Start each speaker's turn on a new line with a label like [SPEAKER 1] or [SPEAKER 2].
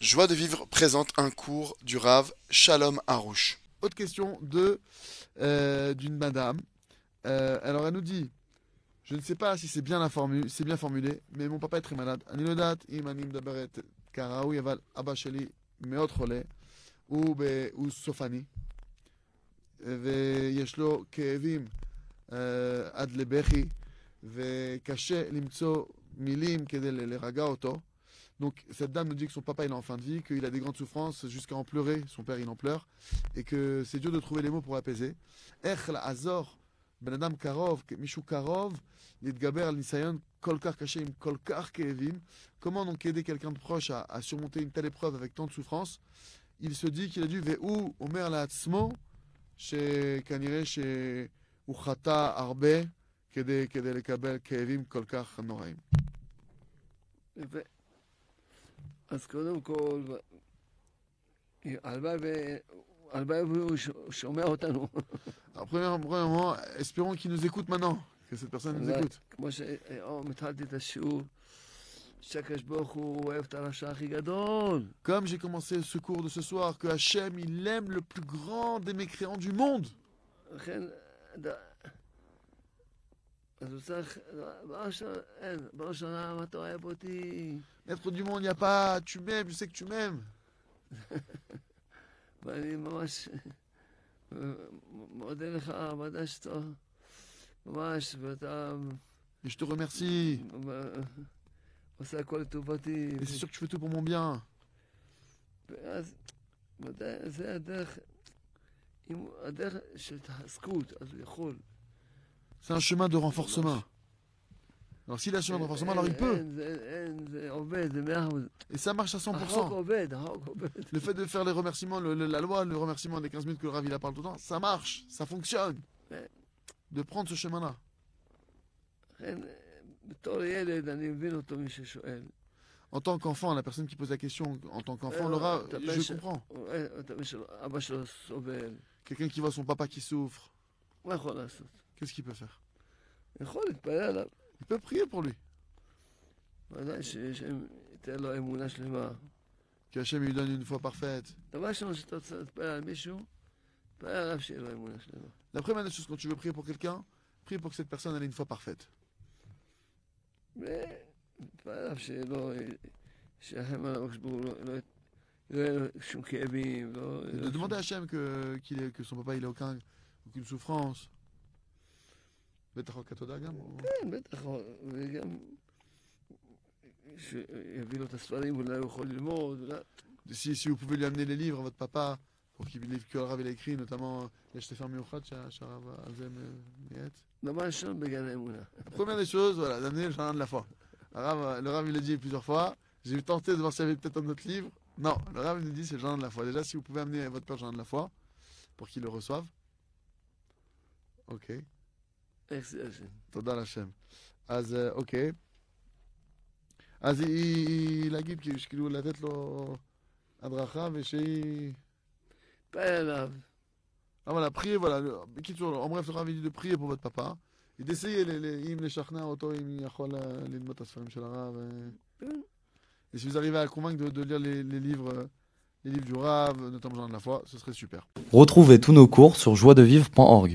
[SPEAKER 1] Joie de vivre présente un cours du Rave Shalom Harouche.
[SPEAKER 2] Autre question de euh, d'une madame. Euh, alors elle nous dit, je ne sais pas si c'est bien la formule, c'est bien formulé, mais mon papa est très malade. אני לא יודעת אם אני מדברת כראוי, אבל אבא שלי מאוד חולה. הוא, ב, הוא סופני, ויש לו כאבים אה, עד לבכי, וקשה למצוא מילים כדי ל- להירגע אותו. Donc, cette dame nous dit que son papa il est en fin de vie, qu'il a des grandes souffrances jusqu'à en pleurer, son père il en pleure, et que c'est dur de trouver les mots pour l'apaiser. ben איך לעזור בן אדם קרוב, מישהו קרוב, להתגבר על ניסיון כל כך קשה עם כל כך כאבים. Comment donc aider quelqu'un de proche à, à surmonter une telle épreuve avec tant de souffrance Il se dit qu'il a dû, והוא אומר לעצמו, שכנראה שהוא חטא הרבה כדי, כדי לקבל כאבים כל כך נוראים.
[SPEAKER 3] יפה. אז קודם כל, הלוואי ו- הלוואי והוא ש- שומע אותנו,
[SPEAKER 2] Alors, premièrement, premièrement, espérons qu'il nous écoute maintenant, que cette personne nous
[SPEAKER 3] Ouais.
[SPEAKER 2] écoute.
[SPEAKER 3] כמו שהיום התחלתי את השיעור, שהקדוש ברוך הוא אוהב את הרשע הכי גדול.
[SPEAKER 2] Comme j'ai commencé ce cours de ce soir, que Hachem, il aime le plus grand des mécréants du monde.
[SPEAKER 3] לכן, ד- אז הוא צריך, בראש אין, בראש השנה, מה אתה אוהב אותי?
[SPEAKER 2] Maître du monde, il n'y a pas tu m'aimes, je sais que tu m'aimes.
[SPEAKER 3] ואני ממש מודה לך, מודה שאתה, ממש, ואתה
[SPEAKER 2] Et je te remercie.
[SPEAKER 3] עושה הכל לטובתי.
[SPEAKER 2] Et c'est sûr que tu fais tout pour mon bien.
[SPEAKER 3] ואז, מודה, זה הדרך, אם, הוא- הדרך של התחזקות, אז הוא יכול.
[SPEAKER 2] C'est un chemin de renforcement. Alors s'il a un chemin de renforcement, alors il peut.
[SPEAKER 3] אין, זה, אין, זה עובד, זה מאה אחוז.
[SPEAKER 2] Et ça marche à
[SPEAKER 3] החוק
[SPEAKER 2] 100%.
[SPEAKER 3] עובד, החוק עובד.
[SPEAKER 2] Le fait de faire les remerciements, le- le- la loi, le remerciement des 15 minutes que le Rav il a parle tout le temps, ça marche, ça fonctionne.
[SPEAKER 3] Ouais.
[SPEAKER 2] De prendre ce chemin-là.
[SPEAKER 3] לכן, בתור ילד, אני מבין אותו, מי ששואל.
[SPEAKER 2] En tant qu'enfant, la personne qui pose la question, en tant qu'enfant,
[SPEAKER 3] Euh,
[SPEAKER 2] Laura,
[SPEAKER 3] t'as pas
[SPEAKER 2] je
[SPEAKER 3] ch-
[SPEAKER 2] comprends.
[SPEAKER 3] הוא רואה אותו, מי שאבא שלו סובל.
[SPEAKER 2] Quelqu'un qui voit son papa qui souffre,
[SPEAKER 3] מה יכול לעשות?
[SPEAKER 2] qu'est-ce qu'il peut faire
[SPEAKER 3] יכול להתפלל עליו.
[SPEAKER 2] Il peut prier pour lui.
[SPEAKER 3] ודאי שייתן לו אמונה שלמה.
[SPEAKER 2] Qu'Hachem lui donne une foi parfaite.
[SPEAKER 3] דבר ראשון שאתה רוצה להתפלל על מישהו, תתפלל עליו שיהיה לו אמונה שלמה.
[SPEAKER 2] La première des choses quand tu veux prier pour quelqu'un, prie pour que cette personne ait une foi parfaite.
[SPEAKER 3] ותתפלל עליו שיהיה לו, שירחם עליו הקדוש ברוך הוא, לא- לא- לא יהיה לו שום כאבים, לא...
[SPEAKER 2] Et de demander à Hachem que, qu'il ait- que son papa il ait aucun, aucune souffrance. בטח רק אתה יודע גם, או-
[SPEAKER 3] כן, בטח, וגם... שיביא לו את הספרים, אולי הוא יכול ללמוד, אולי...
[SPEAKER 2] si, si vous pouvez lui amener les livres à votre papa, pour qu'il lise que le Rav il a écrit, notamment Les Shtefar Miochat, Sharav Azem Miet.
[SPEAKER 3] דבר ראשון, בגן האמונה.
[SPEAKER 2] La première des choses, voilà, d'amener le jardin de la foi. Le Rav, le Rav, il l'a dit plusieurs fois. J'ai tenté de voir s'il y avait peut-être un autre livre. Non, le Rav, il nous dit c'est le jardin de la foi. Déjà, si vous pouvez amener votre père le jardin de la foi pour qu'il le reçoive. Ok.
[SPEAKER 3] איך זה השם?
[SPEAKER 2] תודה לשם. אז אה, אוקיי. אז היא- היא היא להגיד, כאילו, שכאילו לתת לו הדרכה ושהיא...
[SPEAKER 3] תתפלל עליו.
[SPEAKER 2] Ah voilà, priez, voilà. le- בקיצור, אומרים לך רבי de prier pour votre papa. תסייעי ל- ל- אם לשכנע אותו, אם יכול אה, ללמוד את הספרים של הרב. אה.
[SPEAKER 3] כן.
[SPEAKER 2] hein. Et si vous arrivez à le convaincre de, de lire les, les livres, euh, les livres du Rav, notamment Jean de la foi, ce serait super.
[SPEAKER 4] Retrouvez tous nos cours sur joiedevivre.org.